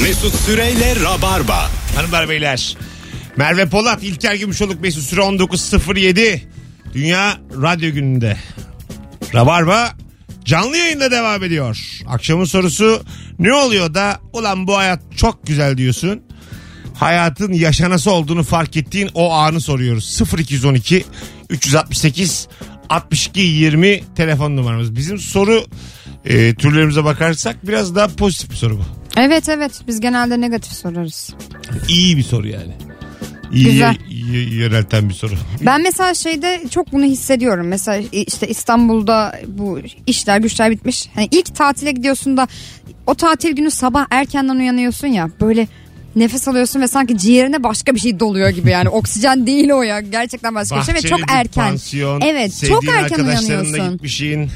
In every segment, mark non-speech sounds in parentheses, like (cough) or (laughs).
Mesut Süreyle Rabarba. Hanımlar beyler. Merve Polat, İlker Gümüşoluk, Mesut Süre 19.07. Dünya Radyo Günü'nde. Rabarba canlı yayında devam ediyor. Akşamın sorusu ne oluyor da ulan bu hayat çok güzel diyorsun. Hayatın yaşanası olduğunu fark ettiğin o anı soruyoruz. 0212 368 62 20 telefon numaramız. Bizim soru e, türlerimize bakarsak biraz daha pozitif bir soru bu. Evet evet biz genelde negatif sorarız. İyi bir soru yani. İyi Güzel. yönelten bir soru. Ben mesela şeyde çok bunu hissediyorum. Mesela işte İstanbul'da bu işler güçler bitmiş. Hani ilk tatile gidiyorsun da o tatil günü sabah erkenden uyanıyorsun ya böyle nefes alıyorsun ve sanki ciğerine başka bir şey doluyor (laughs) gibi yani oksijen değil o ya gerçekten başka bir şey ve Bahçeli çok bir erken. Pansiyon, Evet, çok sevdiğin erken arkadaşlarınla uyanıyorsun. gitmişsin.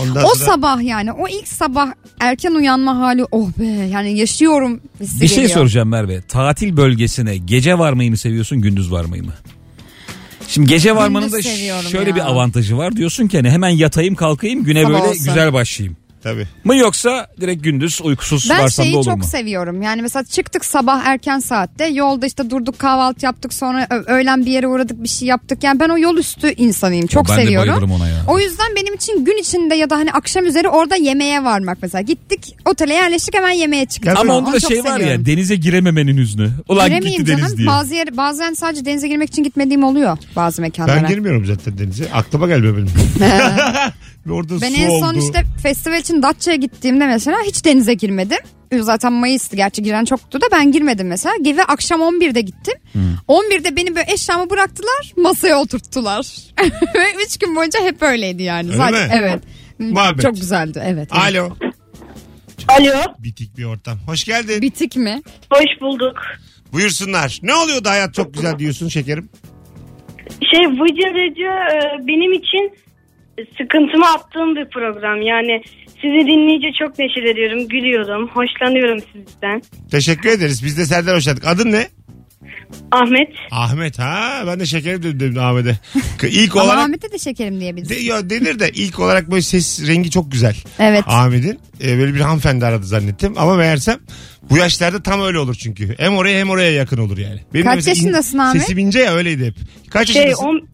Ondan O sonra sabah yani o ilk sabah erken uyanma hali oh be yani yaşıyorum hissi Bir şey geliyor. soracağım Merve. Tatil bölgesine gece varmayı mı seviyorsun gündüz varmayı mı? Şimdi gece varmanın da seviyorum şöyle ya. bir avantajı var. Diyorsun ki hani hemen yatayım kalkayım güne Sabah böyle olsa. güzel başlayayım. tabii. Mı yoksa direkt gündüz uykusuz Ben varsam da şeyi olur çok mu? seviyorum. Yani mesela çıktık sabah erken saatte yolda işte durduk kahvaltı yaptık sonra ö- öğlen bir yere uğradık bir şey yaptık. Yani ben o yol üstü insanıyım çok ben de seviyorum. bayılırım ona ya. O yüzden benim için gün içinde ya da hani akşam üzeri orada yemeğe varmak mesela. Gittik otele yerleştik hemen yemeğe çıktık. Ama Onu onda da çok şey var seviyorum. ya denize girememenin hüznü. Ulan Giremeyeyim gitti deniz canım. diye. Bazı yer, bazen sadece denize girmek için gitmediğim oluyor bazı mekanlara. Ben girmiyorum zaten denize. Aklıma gelmiyor (laughs) benim. Orada Ben su en son oldu. işte festival için Datça'ya gittiğimde mesela hiç denize girmedim. Zaten Mayıs'tı gerçi giren çoktu da ben girmedim mesela. Geve akşam 11'de gittim. Hmm. 11'de beni böyle eşyamı bıraktılar masaya oturttular. (laughs) Ve 3 gün boyunca hep öyleydi yani. Öyle Zaten, mi? Evet. Muhabbet. Çok güzeldi evet. Alo. Alo, Bitik bir ortam. Hoş geldin. Bitik mi? hoş bulduk. Buyursunlar. Ne oluyor da hayat çok güzel diyorsun şekerim? Şey Vıcırıcı e, benim için sıkıntımı attığım bir program. Yani sizi dinleyince çok neşel ediyorum, gülüyorum, hoşlanıyorum sizden. Teşekkür ederiz. Biz de senden hoşlandık. Adın ne? Ahmet, Ahmet. Ha ben de şekerim dedim, dedim (laughs) Ahmet'e. İlk Ama olarak Ahmet'e de şekerim diyebiliriz. de, ya denir de ilk olarak böyle ses rengi çok güzel. Evet. Ahmet'in e, böyle bir hanımefendi aradı zannettim ama meğersem bu yaşlarda tam öyle olur çünkü. Hem oraya hem oraya yakın olur yani. Benim Kaç de mesela in- yaşındasın Ahmet? Sesim ince ya öyleydi hep. Kaç şey yaşındasın? on,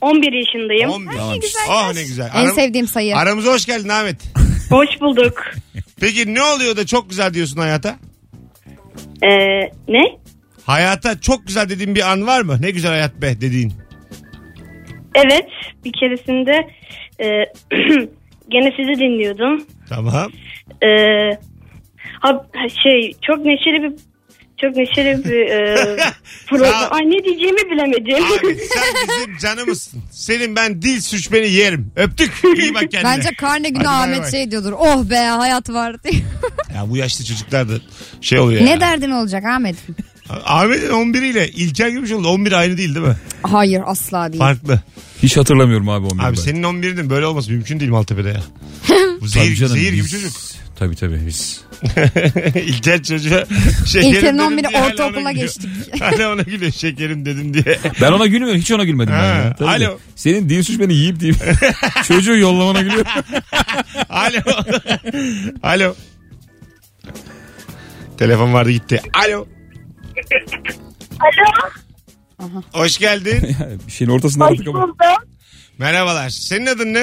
11 yaşındayım. 11. Tamam. Ah ne güzel. En Aram- sevdiğim sayı. Aramıza hoş geldin Ahmet. Hoş bulduk. Peki ne oluyor da çok güzel diyorsun hayata? E, ne? Hayata çok güzel dediğin bir an var mı? Ne güzel hayat be dediğin. Evet, bir keresinde e, (clears throat) gene sizi dinliyordum. Tamam. E, ha- şey çok neşeli bir çok neşeli bir e, Sağ- program. Ay ne diyeceğimi bilemedim. Abi sen bizim canımızsın. Senin ben dil sürçmeni yerim. Öptük. İyi bak kendine. Bence karne günü Hadi bay Ahmet bay. şey diyordur. Oh be hayat var (laughs) diye. Ya bu yaşlı çocuklar da şey oluyor ya. ne derdin olacak Ahmet? Ahmet'in 11 ile İlker Gümüşoğlu 11 aynı değil değil mi? Hayır asla değil. Farklı. Hiç hatırlamıyorum abi onu. Abi senin 11'inin böyle olması mümkün değil Maltepe'de ya. (laughs) Bu zehir, zehir gibi çocuk. Tabii tabii biz. İlker çocuğa şekerim İlker'in dedim 11'i diye hala ona ortaokula gülüyor. (laughs) geçtik. Hala ona gülüyor şekerim dedim diye. (laughs) Ben ona gülmüyorum. Hiç ona gülmedim. Ha, ben ya. Tabii alo. de. Senin dil suç beni yiyip (laughs) deyip çocuğu yollamana gülüyor. Alo. (laughs) Alo. Telefon vardı gitti. Alo. Alo, Hoş (laughs) geldin. Bir şeyin ortasında aradık ama. Merhabalar. Senin adın ne?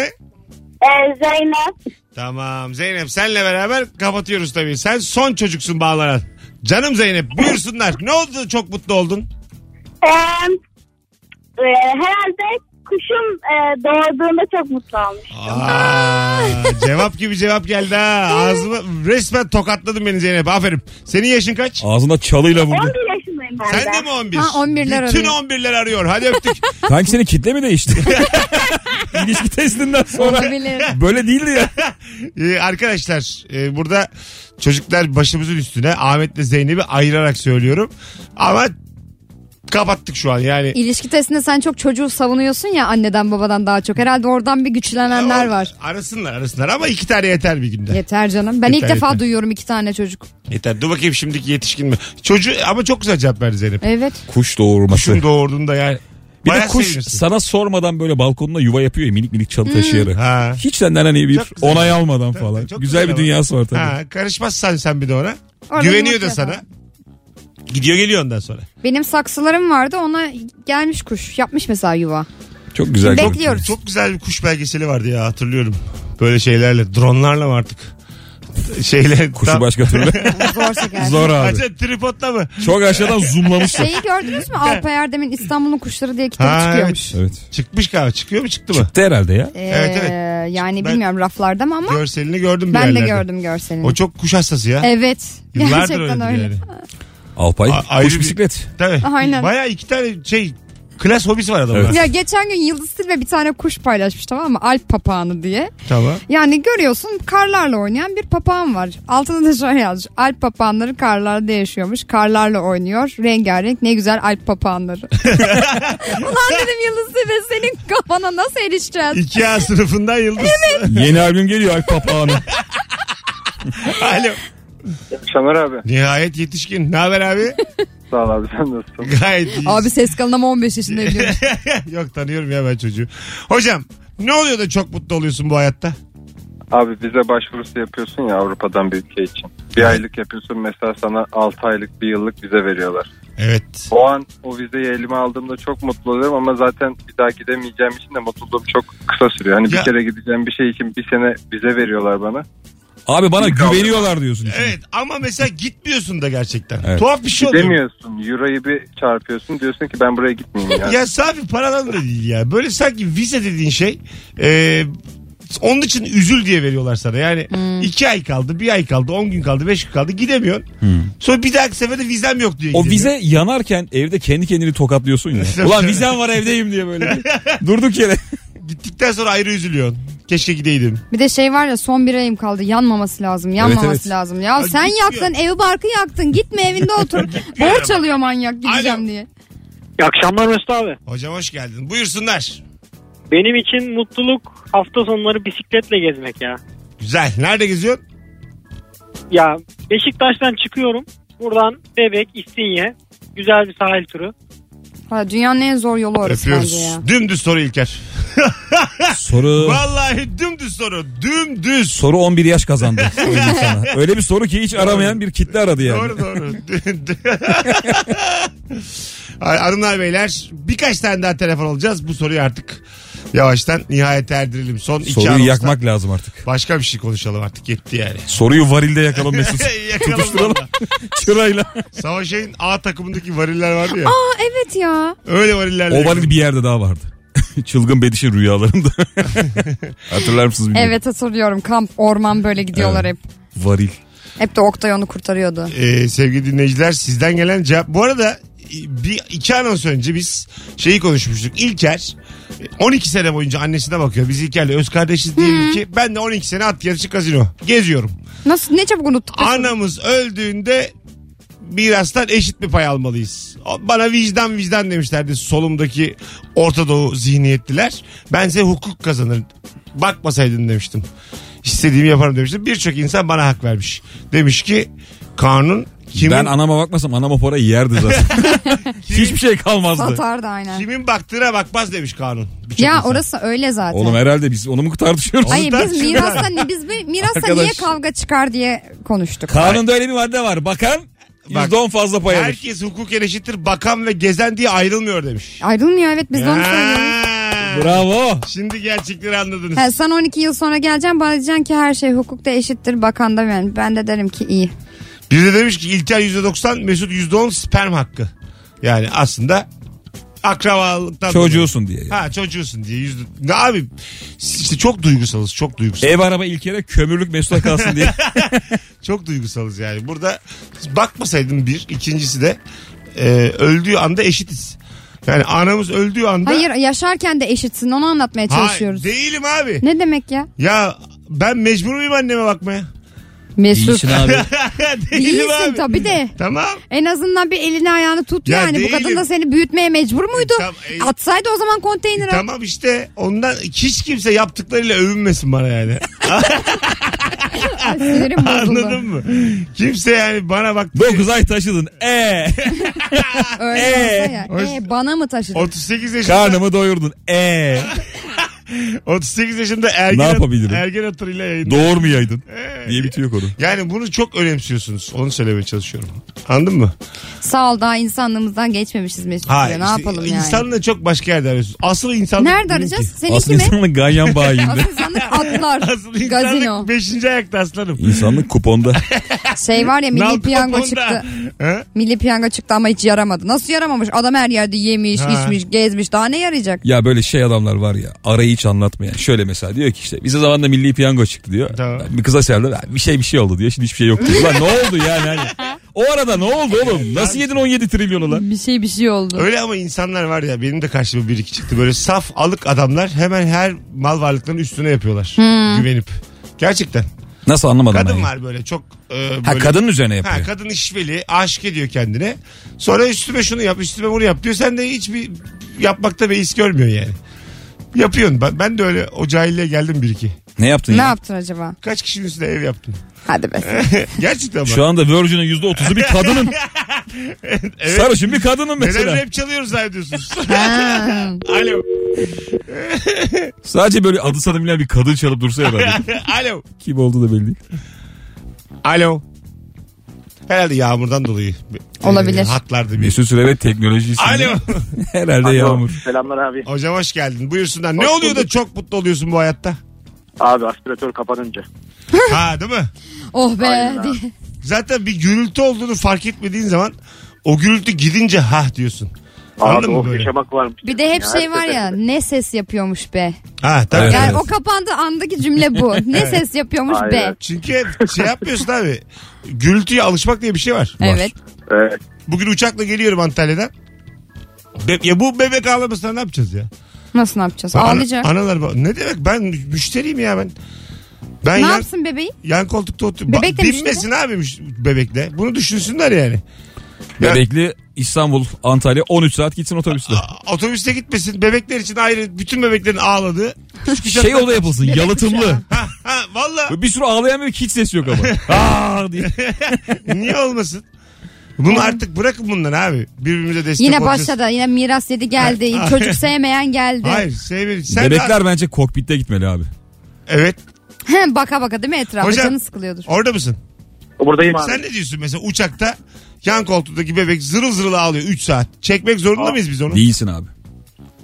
Ee, Zeynep. Tamam Zeynep senle beraber kapatıyoruz tabii. Sen son çocuksun bağlanan. Canım Zeynep buyursunlar. Ne oldu çok mutlu oldun? Ee, e, herhalde kuşum e, doğduğunda çok mutlu olmuş. Aa, cevap gibi cevap geldi ha. Ağzıma resmen tokatladın beni Zeynep. Aferin. Senin yaşın kaç? Ağzına çalıyla vurdu. 11 yaşındayım ben Sen de. de mi 11? Ha, 11'ler Bütün arıyor. 11'ler arıyor. Hadi öptük. Kanki senin kitle mi (laughs) değişti? İlişki testinden sonra. Olabilir. Böyle değildi ya. Ee, arkadaşlar e, burada çocuklar başımızın üstüne Ahmet'le Zeynep'i ayırarak söylüyorum. Ama kapattık şu an yani. İlişki testinde sen çok çocuğu savunuyorsun ya anneden babadan daha çok. Herhalde oradan bir güçlenenler var. Ee, Arasınlar arasınlar ama iki tane yeter bir günde. Yeter canım. Ben Yeter, ilk defa yeter. duyuyorum iki tane çocuk. Yeter dur bakayım şimdiki yetişkin mi? Çocuğu ama çok güzel cevap verdi Zeynep. Evet. Kuş doğurması. Kuşun doğurduğunda yani Bir Bayağı de kuş seviyorsun. sana sormadan böyle balkonuna yuva yapıyor ya minik minik Hmm. çalı taşıyarak. Ha. Hiç senden hani bir Çok güzel. onay almadan Tabii, falan. Güzel, çok güzel bir ama. dünyası var tabii. Ha, karışmazsan sen bir de ona. Orada Güveniyor da yumurta sana. yapar. Gidiyor geliyor ondan sonra. Benim saksılarım vardı ona gelmiş kuş. Yapmış mesela yuva. Çok güzel. Bekliyoruz. görüntü. Çok güzel bir kuş belgeseli vardı ya hatırlıyorum. Böyle şeylerle dronlarla mı artık? (laughs) Şeyle Kuşu başka (laughs) türlü. Zor şeker. Zor abi. Acaba tripodla mı? Çok aşağıdan zoomlamışlar. Şeyi gördünüz mü? Alpay Erdem'in İstanbul'un Kuşları diye kitabı Ha, çıkıyormuş. Evet. Çıkmış galiba. Çıkıyor mu çıktı mı? Çıktı herhalde ya. Ee, Evet, Yani Ben- bilmiyorum raflarda mı ama Görselini gördüm bir ben de yerlerde. gördüm görselini. O çok kuş hastası ya. Evet. Yıllardır Gerçekten öyledir öyle. yani. Alpay. A- ayrı kuş bir- bisiklet. Tabii. Aynen. Bayağı iki tane şey klas hobisi var adamın. Evet. Ya geçen gün Yıldız Tilbe bir tane kuş paylaşmış tamam mı? Alp papağanı diye. Tamam. Yani görüyorsun karlarla oynayan bir papağan var. Altında da şöyle yazmış. Alp papağanları karlarda yaşıyormuş. Karlarla oynuyor. Rengarenk ne güzel alp papağanları. Ulan dedim Yıldız Tilbe senin kafana nasıl erişeceğiz? 2A sınıfından yıldız. Yeni albüm geliyor Alp Papağan'ın. Alo. Şamar abi. Nihayet yetişkin. Ne haber abi? Sağ ol abi (laughs) sen nasılsın? Gayet iyi. Abi ses kalın ama 15 yaşında evliyorum. Yok tanıyorum ya ben çocuğu. Hocam ne oluyor da çok mutlu oluyorsun bu hayatta? Abi bize başvurusu yapıyorsun ya Avrupa'dan bir ülke için. Bir aylık yapıyorsun mesela sana 6 aylık bir yıllık vize veriyorlar. Evet. O an o vizeyi elime aldığımda çok mutlu oluyorum ama zaten bir daha gidemeyeceğim için de mutluluğum çok kısa sürüyor. Hani Ya. bir kere gideceğim bir şey için bir sene vize veriyorlar bana. Abi (laughs) bana güveniyorlar diyorsun. şimdi. Evet ama mesela gitmiyorsun da gerçekten. Evet. Tuhaf bir şey oluyor. Gidemiyorsun. Euro'yu bir çarpıyorsun. Diyorsun ki ben buraya gitmeyeyim yani. Ya safi paradan da değil ya. Böyle sanki vize dediğin şey e, onun için üzül diye veriyorlar sana. Yani iki ay kaldı, bir ay kaldı, on gün kaldı, beş gün kaldı gidemiyorsun. Sonra bir dahaki seferde vizem yok diye Hmm. O gidemiyorsun. vize yanarken evde kendi kendini tokatlıyorsun (laughs) ya. Ulan vizem var evdeyim diye böyle. bir- Durduk yere. Gittikten sonra ayrı üzülüyorsun. Keşke gideydim. Bir de şey var ya son bir ayım kaldı. Yanmaması lazım. Yanmaması evet. lazım. Ya Abi sen gitmiyor. yaktın evi barkı yaktın. Gitme evinde otur. Borç alıyor manyak gideceğim Alo. diye. İyi akşamlar Mesut abi. Hocam hoş geldin. Buyursunlar. Benim için mutluluk hafta sonları bisikletle gezmek ya. Güzel. Nerede geziyorsun? Ya Beşiktaş'tan çıkıyorum. Buradan Bebek, İstinye. Güzel bir sahil turu. Ha, dünyanın en zor yolu orası bence Öpüyoruz. ya. Dümdüz soru İlker. Soru Vallahi dümdüz soru. Dümdüz. soru 11 yaş (laughs) kazandı. Söyleyeyim sana. Öyle bir soru ki hiç aramayan bir kitle aradı yani. Doğru doğru. (laughs) Hanımlar beyler birkaç tane daha telefon alacağız. Bu soruyu artık yavaştan nihayet erdirelim. Son iki Soruyu anonstan yakmak lazım artık. Başka bir şey konuşalım artık (laughs) yetti yani. Soruyu varilde yakalım (laughs) Mesut. (laughs) Yakalım valla. Çırayla. Savaş'ın A takımındaki variller vardı ya. Aa evet ya. Öyle varillerle. O varil bir yerde daha vardı. (laughs) Çılgın Bediş'in (laughs) rüyalarında. Hatırlar mısınız bilmiyorum. Evet hatırlıyorum. Kamp orman böyle gidiyorlar hep. Varil. yakalım. Hep de Oktay onu kurtarıyordu. Ee, sevgili dinleyiciler sizden gelen cevap. Bu arada e, bir iki anons önce biz şeyi konuşmuştuk. İlker 12 sene boyunca annesine bakıyor. Biz İlker'le öz kardeşiz diyelim ki ben de 12 sene at yarışı kazino geziyorum. Nasıl ne çabuk unuttuk. biz. Anamız öldüğünde mirastan eşit bir pay almalıyız. O- Bana vicdan vicdan demişlerdi solumdaki Orta Doğu zihniyetliler. Ben size hukuk kazanır. Bakmasaydın demiştim. İstediğimi yaparım demiştim. Birçok insan bana hak vermiş. Demiş ki kanun kimin, Ben anama bakmasam anama para yerdi (laughs) zaten. Hiçbir şey kalmazdı. Satardı aynen. kimin baktığına bakmaz demiş kanun. Birçok Ya insan. orası öyle zaten. Oğlum herhalde biz onu mu tartışıyoruz? Hayır biz tartışıyoruz. mirasta ne biz bir- mirasta Arkadaş. niye kavga çıkar diye konuştuk. Kanunda öyle bir madde var. Bakan Bak. şey %10 fazla pay alır. Herkes hukuken eşittir bakan ve gezen diye ayrılmıyor demiş. Ayrılmıyor evet biz de onu Ya. söylüyoruz. Bravo. Şimdi gerçekleri anladınız. He, sen 12 yıl sonra geleceksin bana diyeceksin ki her şey hukukta eşittir bakan da ben. Ben de derim ki iyi. Bir de demiş ki İlker %90 Mesut %10 sperm hakkı. Yani aslında akrabalıktan. Çocuğusun diye. Ha çocuğusun diye. Yüzde... Ne abi işte çok duygusalız çok duygusalız. Ev araba ilk yere kömürlük Mesut'a kalsın (laughs) diye. Çok duygusalız yani. Burada bakmasaydım bir ikincisi de e, öldüğü anda eşitiz. Yani anamız öldüğü anda. Hayır yaşarken de eşitsin onu anlatmaya Hayır, çalışıyoruz. değilim abi. Ne demek ya? Ya ben mecbur muyum anneme bakmaya? (laughs) Mesut. İyisin abi. Değilim İyisin abi. tabii de. Tamam. En azından bir elini ayağını tut Ya yani. Bu kadın değilim. da seni büyütmeye mecbur muydu? Tamam, e- Atsaydı o zaman konteynere. Tamam işte ondan hiç kimse yaptıklarıyla övünmesin bana (laughs) yani. Ay, sinirim bozuldu. (laughs) Anladın mı? Kimse yani bana bak 9 ay taşıdın. E Öyle Ee, olsa ya. hoş- Ee, bana mı taşıdın? 38 yaşında karnımı doyurdun. E 38 yaşında ergen, Ne yapabilirim? ergen hatırıyla yayında. doğurmayaydın Ee, diye bitiyor konu. Yani bunu çok önemsiyorsunuz. Onu söylemeye çalışıyorum. Anladın mı? Sağ ol daha insanlığımızdan geçmemişiz Mesut. Ha, diyor. ne işte yapalım yani? İnsanlığı çok başka yerde arıyorsunuz. Asıl insanlık Nerede benimki. arayacağız? Seninki Asıl mi? insanlık ganyan (laughs) bayinde. Asıl insanlık (laughs) atlar. Asıl Gazino. insanlık 5. ayakta aslanım. İnsanlık kuponda. Şey var ya milli Nal piyango kabuğunda. çıktı. Ha? Milli piyango çıktı ama hiç yaramadı. Nasıl yaramamış? Adam her yerde yemiş, Ha. içmiş, gezmiş. Daha ne yarayacak? Ya böyle şey adamlar var ya arayı hiç anlatmayan. Şöyle mesela diyor ki işte bize zamanında milli piyango çıktı diyor. Tamam. Bir kıza serdar "Ya bir şey bir şey oldu diyor. Şimdi hiçbir şey yok diyor. Ulan ne oldu yani hani. O arada ne oldu oğlum? Nasıl yedin 17 trilyonu lan? Bir şey bir şey oldu. Öyle ama insanlar var ya benim de karşıma bir iki çıktı. Böyle saf alık adamlar hemen her mal varlıklarının üstüne yapıyorlar. Güvenip. Gerçekten. Nasıl anlamadım ben Kadın ya. var böyle çok e, böyle. Ha kadının üzerine yapıyor. Ha, kadın işveli, aşık ediyor kendine. Sonra üstüme şunu yap, üstüme bunu yap diyor. Sen de hiçbir yapmakta beis görmüyorsun yani. Yapıyorsun. Ben, ben de öyle o cahilliğe geldim bir iki. ne yaptın Ne ya? yaptın acaba? Kaç kişinin üstüne (laughs) ev yaptım. Hadi be. Gerçekten bak. Şu anda Virgin'in %30'u bir kadının. (laughs) Evet. Sarışın bir kadının Neden mesela. rap çalıyoruz zannediyorsunuz? Ha. (laughs) Alo. Sadece böyle adı sanı bilen bir kadın çalıp dursa (laughs) herhalde. Alo. Kim oldu da belli değil. Alo. Herhalde yağmurdan dolayı. e, Olabilir. hatlarda bir. Mesut Süre ve teknolojisi. Alo. (laughs) Herhalde yağmur. Selamlar abi. Hocam hoş geldin. Buyursunlar. Ne oluyor da çok mutlu oluyorsun bu (laughs) hayatta? Abi aspiratör kapanınca. Ha değil mi? oh be. Aynen diye. Zaten bir gürültü olduğunu fark etmediğin zaman o gürültü gidince ha diyorsun. Abi Anladın mı o böyle? yaşamak varmış. Bir de hep Ya, şey var hakikaten. ya ne ses yapıyormuş be. Ha tabii. Evet. Yani o kapandığı andaki cümle bu. Ne ses yapıyormuş be. Aynen. Çünkü hep şey yapmıyorsun abi. Gürültüye alışmak diye bir şey var. Evet. Evet. Bugün uçakla geliyorum Antalya'dan. Be- ya bu bebek ağlamasına ne yapacağız ya? Nasıl ne yapacağız? Ana- Ağlayacak. analar ba- ne demek ben müşteriyim ya ben. Ben Ne yan, yapsın bebeği? yan koltukta oturuyorum. Bebek Ba- de binmesin abi müş- bebekle. Bunu düşünsünler yani. Ya- Bebekli İstanbul, Antalya 13 saat gitsin otobüsle. A- Otobüste gitmesin. Bebekler için ayrı bütün bebeklerin ağladığı. (laughs) Küçük Şey o da yapılsın yalıtımlı. Ha, ha, valla Böyle Bir sürü ağlayan bebek hiç ses yok (laughs) ama. Aa diye. niye olmasın? Bunu artık bırakın bundan abi. Birbirimize destek Yine olacağız. başladı. Yine miras yedi geldi. Ha- Çocuk sevmeyen geldi. Hayır sevmedim. Sen de- Bebekler bence kokpitte gitmeli abi. Evet. Hem baka baka değil mi etrafa Hocam- canı sıkılıyordur. Orada mısın? Buradayım abi. Sen ne diyorsun mesela uçakta yan koltuktaki bebek zırıl zırıl ağlıyor 3 saat. Çekmek zorunda Aa. mıyız biz onu? Değilsin abi.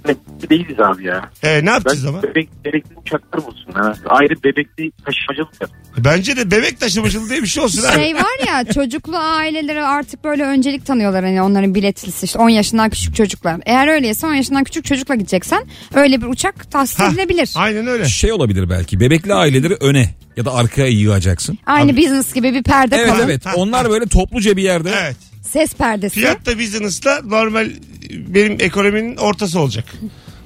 Bebekli değiliz abi ya. Ee, ne yapacağız Ben ama? bebek, bebekli uçaklar bulsun ha. Ayrı bebekli taşımacılık yap. Bence de bebek taşımacılığı diye bir şey olsun abi. Şey var ya (laughs) çocuklu ailelere artık böyle öncelik tanıyorlar hani onların biletlisi işte 10 yaşından küçük çocuklar. Eğer öyleyse 10 yaşından küçük çocukla gideceksen öyle bir uçak tahsis Ha, edilebilir. Aynen öyle. Şey olabilir belki bebekli aileleri öne ya da arkaya yığacaksın. Aynı business gibi bir perde Evet koyun. evet onlar böyle topluca bir yerde. Evet. Ses perdesi. Fiyat da business'la normal e, benim ekonominin ortası olacak.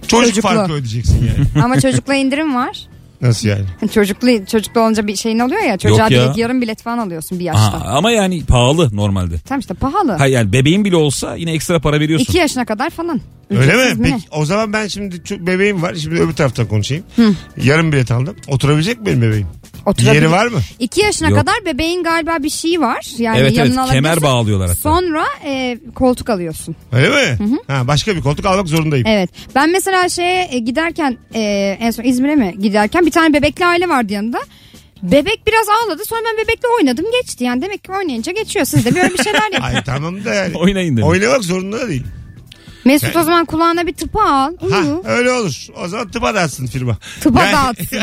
Çocuk Çocuklu. farkı ödeyeceksin (laughs) yani. (laughs) Ama çocukla (laughs) indirim var. Nasıl yani? Çocuklu çocuklu olunca bir şeyin oluyor ya. Çocuğa Yok ya. direkt yarım bilet falan alıyorsun bir yaşta. Aa, ama yani pahalı normalde. Tamam işte pahalı. Hayır yani bebeğin bile olsa yine ekstra para veriyorsun. 2 yaşına kadar falan. Öyle Ücretsiz mi? Peki o zaman ben şimdi çok bebeğim var. Şimdi öbür taraftan konuşayım. Yarım bilet aldım. Oturabilecek mi benim bebeğim? Bir Oturabilir. yeri var mı? 2 yaşına Yok. kadar bebeğin galiba bir şeyi var. Yani evet evet yanına kemer alabilirsin. bağlıyorlar hatta. Sonra e, koltuk alıyorsun. Öyle mi? Ha, başka bir koltuk almak zorundayım. Evet. Ben mesela şeye e, giderken e, en son İzmir'e mi giderken bir tane bebekli aile vardı yanında. Bebek biraz ağladı sonra ben bebekle oynadım geçti. Yani demek ki oynayınca geçiyor. Siz de böyle bir (laughs) şeyler yapın. Ay tamam da (laughs) yani. Oynayın demek. Oynamak zorunda da değil. Mesut o zaman kulağına bir tıpa al. Ha, Uyu. öyle olur. O zaman tıpa dağıtsın firma. Tıpa Yani- (laughs) dağıtsın.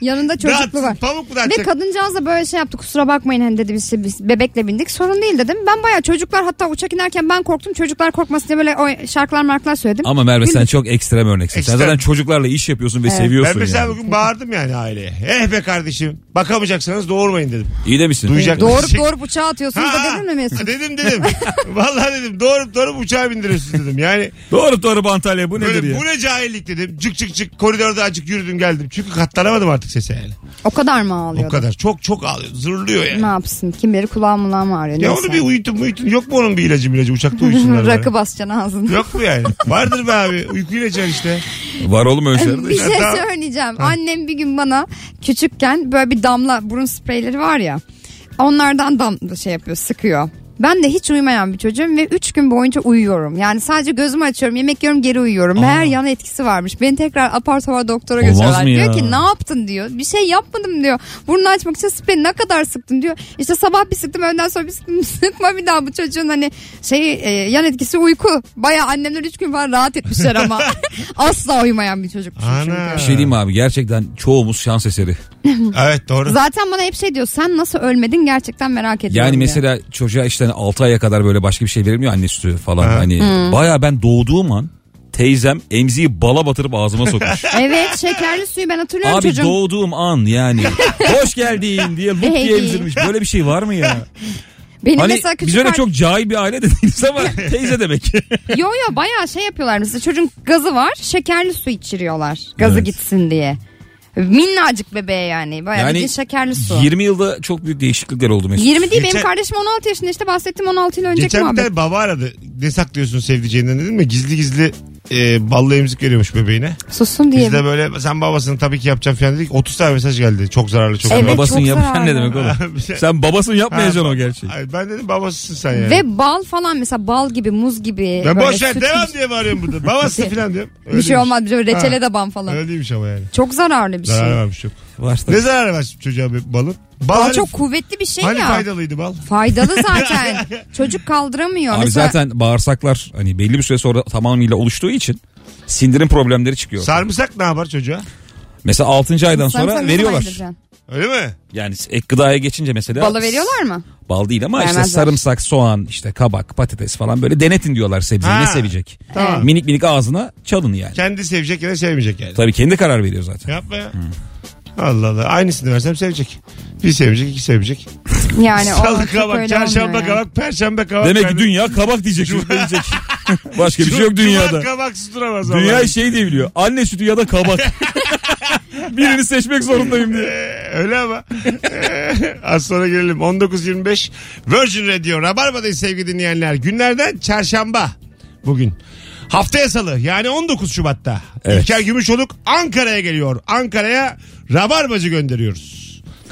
Yanında çocuklu Dağıtsın, var. Pamuk mu Ve dağıtacak? kadıncağız da böyle şey yaptı kusura bakmayın hani dedi biz, biz bebekle bindik sorun değil dedim. Ben bayağı çocuklar hatta uçak inerken ben korktum çocuklar korkmasın diye böyle o şarkılar marklar söyledim. Ama Merve sen çok ekstrem örneksin. Ekstrem. Sen zaten çocuklarla iş yapıyorsun ve ben seviyorsun mesela yani. bugün bağırdım yani aileye. Eh be kardeşim bakamayacaksanız doğurmayın dedim. İyi demişsin. Duyacak- (laughs) Doğru doğrup Şey- doğrup uçağa atıyorsunuz da Ha, dedin mi Mesut? (laughs) Dedim dedim. Vallahi dedim doğru doğru uçağa bindiriyorsunuz dedim. (laughs) Yani Yani Doğru doğru Antalya bu nedir böyle, ya? bu ne cahillik dedim. Cık cık cık koridorda acık yürüdüm geldim. Çünkü katlanamadım artık sese yani. O kadar mı O ağlıyordu? kadar. Çok çok ağlıyor. Zırlıyor yani. Ne yapsın? Kim bilir kulağım mulağım ağrıyor. Ya Neyse. onu bir uyutun uyutun. Yok mu onun bir ilacı ilacı? (laughs) Uçakta uyusunlar. bari. Rakı basacaksın ağzına. Yok mu yani? Vardır be abi. Uyku ilacı var işte. Var oğlum öyle bir şey. şey Tamam. söyleyeceğim. Annem bir gün bana küçükken böyle bir damla burun spreyleri var ya. Onlardan dam şey yapıyor, sıkıyor. Ben de hiç uyumayan bir çocuğum ve 3 gün boyunca uyuyorum. Yani sadece gözümü açıyorum, yemek yiyorum, geri uyuyorum. Her yan etkisi varmış. Beni tekrar apar topar doktora Olmaz götürüyorlar. mı ya? Diyor ki ne yaptın diyor. Bir şey yapmadım diyor. Burnunu açmak için sprey ne kadar sıktın diyor. İşte sabah bir sıktım, öğleden sonra bir sıktım. (laughs) Sıkma bir daha bu çocuğun hani şey e, yan etkisi uyku. Baya annemler 3 gün falan rahat (laughs) etmişler ama. Asla uyumayan bir çocukmuş çünkü. Ana. Bir şey diyeyim mi abi gerçekten çoğumuz şans eseri. Evet doğru. Zaten bana hep şey diyor sen nasıl ölmedin gerçekten merak ediyorum Yani diyor. mesela çocuğa işte 6 aya kadar böyle başka bir şey verilmiyor anne sütü falan. Ha. Hani Hmm. baya ben doğduğum an teyzem emziği bala batırıp ağzıma (laughs) sokmuş. Evet şekerli suyu ben hatırlıyorum Abi çocuğum. doğduğum an yani hoş geldin (laughs) diye luk Hey. diye emzirmiş. Böyle bir şey var mı ya? (laughs) Benim hani mesela küçük biz öyle kar- çok cahil bir aile de değiliz (laughs) ama teyze demek. Yo yo bayağı şey yapıyorlar mesela çocuğun gazı var şekerli su içiriyorlar gazı Evet. gitsin diye. Minnacık bebeğe yani bayağı Yani bildiğin şekerli su. 20, 20 yılda çok büyük değişiklikler oldu Mesut. değil Geçen- benim kardeşim 16 yaşında işte bahsettiğim 16 yıl önceki Geçen bir muhabbet. tane baba aradı. Ne saklıyorsun sevdiceğinden dedim mi? Gizli gizli e, ballı emzik veriyormuş bebeğine. Susun diye. Biz de böyle sen babasını tabii ki yapacağım falan dedik. 30 tane mesaj geldi. Çok zararlı çok Evet, zararlı. babasın (laughs) çok yapan ne zararlı. demek oğlum? Abi, sen- Sen babasın yapmayacaksın Ha, o gerçeği. Ay, ben dedim babasısın sen yani. Ve Ve bal falan mesela bal gibi muz gibi. ben böyle boş ver süt devam gibi- diye bağırıyorum burada. (laughs) Babası falan diyorum. Bir şey olmaz bir şey reçele Ha. de ban falan. Öyleymiş ama yani. Çok zararlı bir şey. Zararı varmış çok. Var tabii. Ne zararı var çocuğa bir balın? Bal, Bal hani- çok kuvvetli bir şey Hani ya. faydalıydı bal? (laughs) Faydalı zaten. Çocuk kaldıramıyor. Abi Mesela zaten bağırsaklar hani belli bir süre sonra tamamıyla oluştuğu için sindirim problemleri çıkıyor. Sarımsak ne yapar çocuğa? mesela 6. aydan sen sonra sana veriyorlar. saydıracaksın. Öyle mi? Yani ek gıdaya geçince mesela Balı veriyorlar mı? Bal değil ama Vermezler. işte sarımsak, soğan, işte kabak, patates falan böyle denetin diyorlar sebzeyi Ha. ne sevecek. Tamam. Minik minik ağzına çalın yani. Kendi sevecek ya da sevmeyecek yani. Tabii kendi karar veriyor zaten. Yapma ya. Hmm. Allah Allah. Aynısını versem sevecek. Bir sevecek, iki sevecek. Yani E, o Salı çok öyle kabak, olmuyor çarşamba yani. kabak, perşembe kabak. Demek ki Yani dünya kabak diyecek. çocuk (laughs) verecek. (laughs) Başka bir şey yok cuma dünyada. kabaksız duramaz. Dünya vallahi. şey diye biliyor. Anne sütü ya da (laughs) kabak. Birini seçmek zorundayım diye. Ee, Öyle ama. Ee, Az sonra gelelim. 19.25 Virgin Radio. Rabarba'dayız sevgili dinleyenler. Günlerden çarşamba bugün. Haftaya salı yani 19 Şubat'ta. Evet. İlker Gümüşoluk Ankara'ya geliyor. Ankara'ya Rabarbacı gönderiyoruz.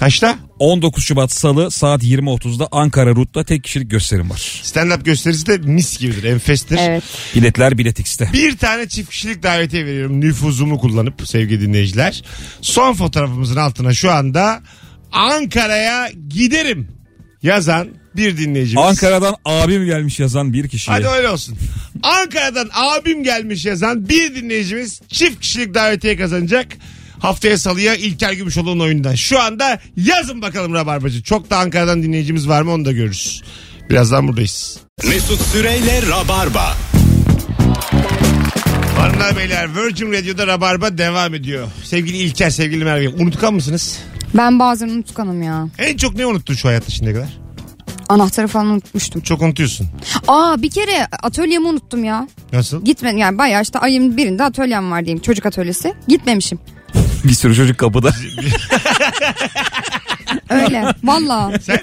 Kaçta? 19 Şubat Salı saat 20.30'da Ankara Rut'ta tek kişilik gösterim var. Stand-up gösterisi de mis gibidir. Enfestir. Evet. Biletler Bilet X'te. (laughs) Bir tane çift kişilik davetiye veriyorum nüfuzumu kullanıp sevgili dinleyiciler. Son fotoğrafımızın altına şu anda Ankara'ya giderim yazan bir dinleyicimiz. Ankara'dan abim gelmiş yazan bir kişiye. Hadi öyle olsun. Ankara'dan abim gelmiş yazan bir dinleyicimiz çift kişilik davetiye kazanacak. Haftaya salıya İlker Gümüşoğlu'nun oyundan. Şu anda yazın bakalım Rabarbacı. Çok da Ankara'dan dinleyicimiz var mı onu da görürüz. Birazdan buradayız. Mesut Süreyle Rabarba. Hanımlar beyler Virgin Radio'da Rabarba devam ediyor. Sevgili İlker, sevgili Merve. Unutkan mısınız? Ben bazen unutkanım ya. En çok ne unuttun şu hayatta şimdiye kadar? Anahtarı falan unutmuştum. Çok unutuyorsun. Aa bir kere atölyemi unuttum ya. Nasıl? Gitmedim yani bayağı işte ayın birinde atölyem var diyeyim çocuk atölyesi. Gitmemişim. Bir sürü çocuk (laughs) kapıda. Öyle valla. Sen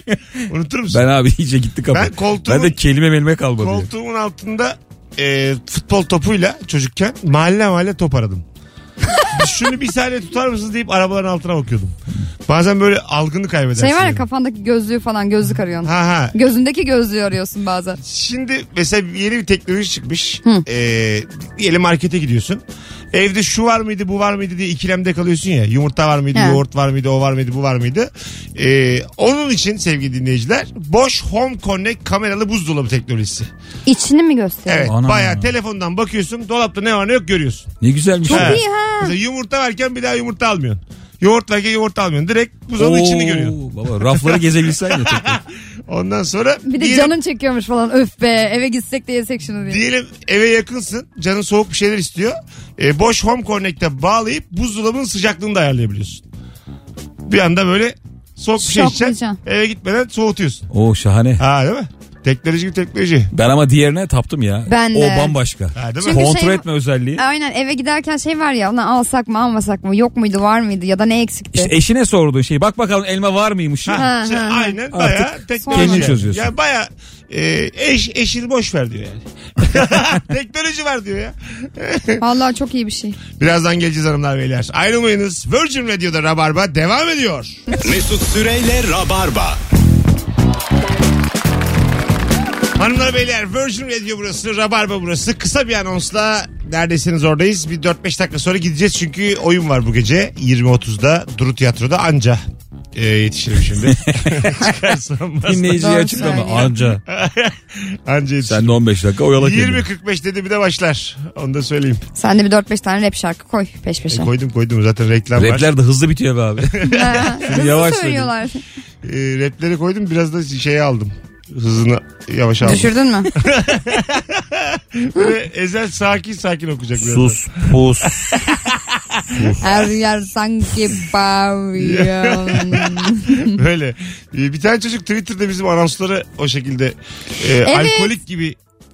unutur musun? Ben abi iyice gitti kapı. Ben koltuğumu- Ben de kelime melime kalmadı. ya. Koltuğumun altında e, futbol topuyla çocukken mahalle mahalle top aradım. (laughs) Şunu bir saniye tutar mısınız deyip arabaların altına bakıyordum. Bazen böyle algını kaybedersin. Şey var ya yani. kafandaki gözlüğü falan gözlük arıyorsun. Ha ha. Gözündeki gözlüğü arıyorsun bazen. Şimdi mesela yeni bir teknoloji çıkmış. Ee, diyelim markete gidiyorsun. Evde şu var mıydı bu var mıydı diye ikilemde kalıyorsun ya. Yumurta var mıydı, He. yoğurt var mıydı, o var mıydı, bu var mıydı. Ee, onun için sevgili dinleyiciler boş Home Connect kameralı buzdolabı teknolojisi. İçini mi gösteriyor? Evet Ana. bayağı telefondan bakıyorsun dolapta ne var ne yok görüyorsun. Ne güzelmiş. Çok ya. iyi ha. Mesela yumurta varken bir daha yumurta almıyorsun. Yoğurt varken yoğurt almıyorsun. Direkt buzdolabının Oo, içini görüyorsun. Baba rafları gezebilsen ya. tek (laughs) tek. Ondan sonra Bir de diyelim- canın çekiyormuş falan öf be eve gitsek de yesek şunu diye. Diyelim eve yakınsın. Canın soğuk bir şeyler istiyor. E, boş Home Connect'e bağlayıp buzdolabının sıcaklığını da ayarlayabiliyorsun. Bir anda böyle soğuk bir şey içeceksin. Şoklayacaksın. Eve gitmeden soğutuyorsun. Oo şahane. Ha değil mi? Teknoloji gibi teknoloji. Ben ama diğerine taptım ya. Ben o de. bambaşka. Ha, değil mi? Çünkü Kontrol şey- etme özelliği. Aynen eve giderken şey var ya ulan alsak mı almasak mı yok muydu var mıydı ya da ne eksikti. İşte eşine sorduğun şey. Bak bakalım elma var mıymış? Ha, Ha, işte ha, ha. aynen baya teknoloji. kendin yani. çözüyorsun. Yani baya e, eş, eşini boş ver diyor yani. teknoloji var diyor ya. Vallahi çok iyi bir şey. Birazdan geleceğiz hanımlar beyler. Ayrılmayınız. Virgin Radio'da Rabarba devam ediyor. Mesut Süreyle Rabarba. Hanımlar beyler Virgin Radio burası, Rabarba burası. Kısa bir anonsla neredesiniz oradayız. Bir 4-5 dakika sonra gideceğiz çünkü oyun var bu gece 20.30'da Duru Tiyatro'da anca e, yetişirim şimdi. Çıkarsam bas- Dinleyiciye Doğru açıklama. söylüyor. Anca. anca Sen yetişirim. de 15 dakika oyalak kendini. 20.45 dedi bir de başlar. Onu da söyleyeyim. Sen de bir 4-5 tane rap şarkı koy peş E, peşe. koydum koydum zaten reklam var. Rapler de hızlı bitiyor be abi. (laughs) Ha, hızlı yavaş söylüyorlar. E, rapleri koydum biraz da şeye aldım. Hızını yavaş aldım. Düşürdün mü? Böyle Ezel sakin sakin okuyacak. birazdan. Sus, pus. Her yer sanki pavyon. Böyle. Ee, Bir tane çocuk Twitter'da bizim anonsları o şekilde e, alkolik gibi e,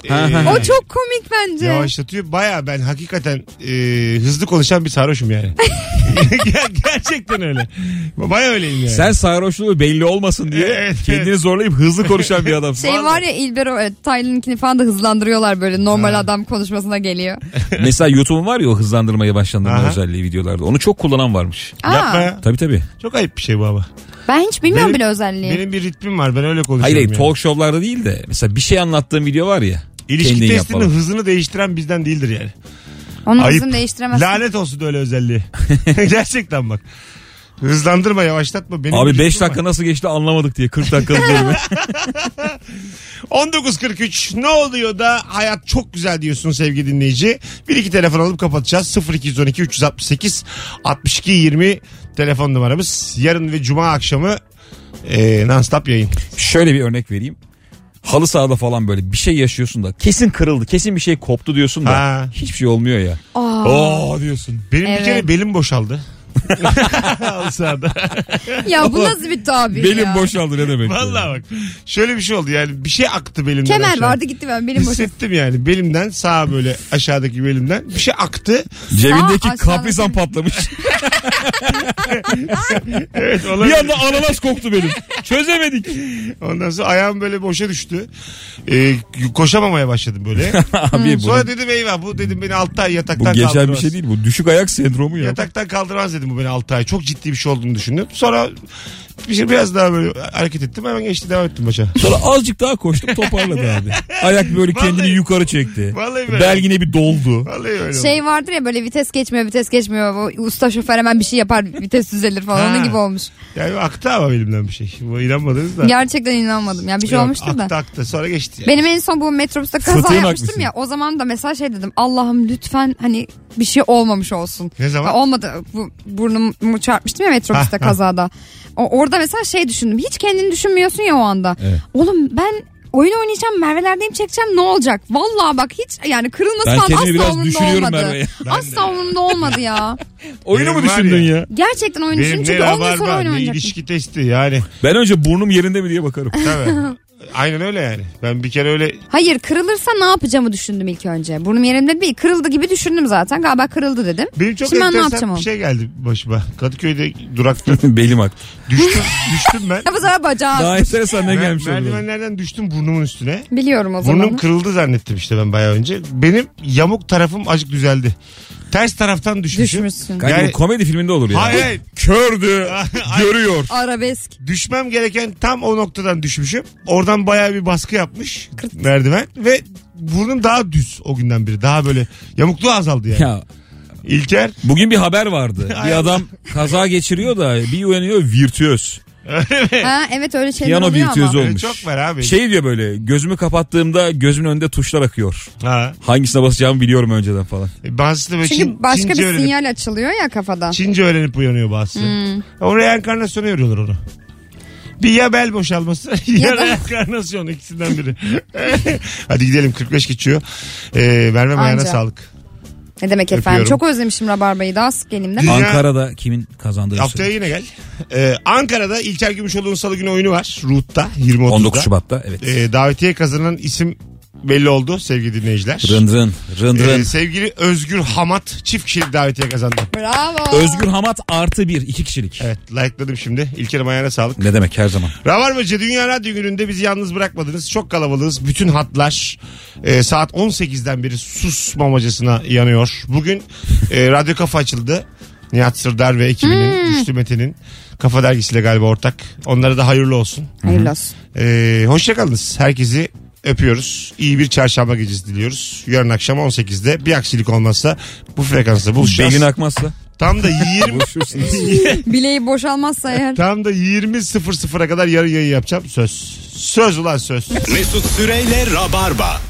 Ha, ha, ha. o çok komik bence. yavaşlatıyor. Baya ben hakikaten e, hızlı konuşan bir sarhoşum (laughs) yani. (laughs) Ger- Gerçekten öyle. Baya öyleyim yani. Sen sarhoşluğu belli olmasın diye Evet, evet. kendini zorlayıp hızlı konuşan bir adamsın. Şey var ya İlber e, Taylan'ınkini falan da hızlandırıyorlar böyle normal adam konuşmasına geliyor. Mesela YouTube'un var ya o hızlandırma yavaşlandırma Aha. özelliği videolarda. Onu çok kullanan varmış. (laughs) Aa, Yapma ya. Tabii tabii. Çok ayıp bir şey bu ama. ben hiç bilmiyorum Benim- bile özelliği. Benim bir ritmim var ben öyle konuşuyorum. Hayır hayır yani. talk show'larda değil de mesela bir şey anlattığım video var ya. İlişki kendin testinin yapmalı. hızını değiştiren bizden değildir yani. Onun Ayıp. hızını değiştiremezsin. Lanet olsun öyle özelliği. (laughs) Gerçekten bak. Hızlandırma yavaşlatma. Benim Abi bir 5 ritmim var. dakika nasıl geçti anlamadık diye 40 dakikalık (laughs) bölümü. 1943 ne oluyor da hayat çok güzel diyorsun sevgili dinleyici. Bir iki telefon alıp kapatacağız. 0212 368 62 20 telefon numaramız. Yarın ve cuma akşamı e, non-stop yayın. Şöyle bir örnek vereyim. Halı sahada falan böyle bir şey yaşıyorsun da kesin kırıldı kesin bir şey koptu diyorsun da Ha. hiçbir şey olmuyor ya. Aa, Oo diyorsun. Benim bir Evet. kere (laughs) belim boşaldı. Halı sahada. ya bu nasıl bir tabir ya? Belim boşaldı ne demek. Vallahi bak. Şöyle bir şey oldu yani bir şey aktı belimden. Kemer aşağı. vardı gitti ben benim boşa. Hissettim yani belimden sağ böyle aşağıdaki belimden bir şey aktı. Cebindeki Aa, kaprisan (laughs) aşağıdaki- patlamış. Evet bir olabilir. anda ananas koktu benim. Çözemedik. Ondan sonra ayağım böyle boşa düştü. Ee, koşamamaya (laughs) başladım böyle. Abi bu, Sonra dedim eyvah bu dedim beni 6 ay bu yataktan geçen kaldırmaz. bir şey değil bu düşük ayak sendromu ya. Yataktan kaldırmaz dedim bu beni 6 ay. Çok ciddi bir şey olduğunu düşündüm. Sonra bir şey biraz daha böyle hareket ettim hemen geçti devam ettim maça. Sonra azıcık daha koştum toparladı abi. Ayak böyle kendini Vallahi- yukarı çekti. Vallahi böyle. Belgine bir doldu. (laughs) Vallahi öyle oldu. Şey vardır ya böyle vites geçmiyor vites geçmiyor. O usta şoför hemen bir şey yapar vites düzelir falan. Ha. Onun gibi olmuş. Yani aktı ama belimden bir şey. Bu inanmadınız da. Gerçekten inanmadım ya bir şey Yok, olmuştu aktı, da. Aktı sonra geçti. Benim en son bu metrobüste kaza Fıtığın yapmıştım haklısın. ya. O zaman da mesela şey dedim. Allah'ım lütfen hani bir şey olmamış olsun. Ne zaman? Ha, Olmadı. Bu burnumu çarpmıştım ya metrobüste Ha, ha. kazada. O, orada mesela şey düşündüm. Hiç kendini düşünmüyorsun ya o anda. Evet. Oğlum ben oyun oynayacağım Merve'lerdeyim çekeceğim ne olacak? Vallahi bak hiç yani kırılması Ben falan kendimi asla biraz umurumda düşünüyorum olmadı. (laughs) Merve'ye. Asla umurumda olmadı ya. Oyunu mu Benim var düşündün ya. ya? Gerçekten oyun düşündüm Benim ne çünkü 10 gün sonra rabarba oyun ne oynayacaktım. ilişki testi yani. Ben önce burnum yerinde mi diye bakarım. (laughs) (laughs) Tabii. Aynen öyle yani. Ben bir kere öyle Hayır kırılırsa ne yapacağımı düşündüm ilk önce. Burnum yerimde değil kırıldı gibi düşündüm zaten. Galiba kırıldı dedim. benim çok Şimdi ben ne enteresan yapacağım bir şey geldi başıma. Kadıköy'de durakta (laughs) Belim aktı. düştüm, düştüm ben. Ya bu sefer bacağı. Daha enteresan ne Mer- gelmiş oldu. Merdivenlerden düştüm burnumun üstüne. Biliyorum o Burnum zaman. kırıldı zannettim işte ben bayağı önce. Benim yamuk tarafım acık düzeldi. Ters taraftan düşmüşüm. Düşmüşsün. Kanka Yani- bu komedi filminde olur ya. Hayır, hayır. (laughs) Kördü. görüyor. Arabesk. Düşmem gereken tam o noktadan düşmüşüm. Oradan bayağı bir baskı yapmış merdiven ve burnum daha düz o günden beri. Daha böyle yamukluğu azaldı yani. Ya İlker bugün bir haber vardı. Bir adam kaza geçiriyor da bir uyanıyor virtüöz. Ha, evet öyle şeyler Piyano oluyor virtüözü ama. öyle olmuş. çok var abi. Şey diyor böyle gözümü kapattığımda gözümün önünde tuşlar akıyor. ha. Hangisine basacağımı biliyorum önceden falan. Bazısı da böyle Çünkü Çin- başka Çince bir öğrenip, sinyal açılıyor ya kafada. Çince öğrenip uyanıyor bazısı. Hmm. O reenkarnasyona yoruyorlar onu. Bir ya bel boşalması (laughs) ya, Ya da- reenkarnasyon (laughs) ikisinden biri. Hadi gidelim 45 geçiyor. Ee, Merve ayağına Anca. sağlık. Ne demek efendim? Öpüyorum. Çok özlemişim Rabarba'yı. Daha sık geleyim değil mi? Dünya- Ankara'da kimin kazandığı Haftaya söyleniyor. yine gel. Ee, Ankara'da İlker Gümüşoğlu'nun salı günü oyunu var. Root'ta 20.30'da. 19 Şubat'ta evet. Ee, davetiye kazanan isim belli oldu sevgili dinleyiciler. Rın rın rın Ee, rın. sevgili Özgür Hamat çift kişilik davetiye kazandı. Bravo. Özgür Hamat artı bir iki kişilik. Evet like'ladım şimdi. İlker'im ayağına sağlık. Ne demek her zaman. Rabarbacı Dünya Radyo Günü'nde bizi yalnız bırakmadınız. Çok kalabalığız. Bütün hatlar e, saat 18'den beri susmamacasına yanıyor. Bugün e, radyo kafa açıldı. Nihat Sırdar ve ekibinin, Güçlü Metin'in kafa dergisiyle galiba ortak. Onlara da hayırlı olsun. Hayırlı olsun. E, Hoşçakalınız. Herkesi öpüyoruz. İyi bir çarşamba gecesi diliyoruz. Yarın akşam 18'de bir aksilik olmazsa bu frekansta buluşacağız. Belin akmazsa. Tam da 20 (laughs) Bileği boşalmazsa eğer. Tam da 20.00'a kadar yarın yayın yapacağım. Söz. Söz ulan söz. Mesut Süreyle Rabarba.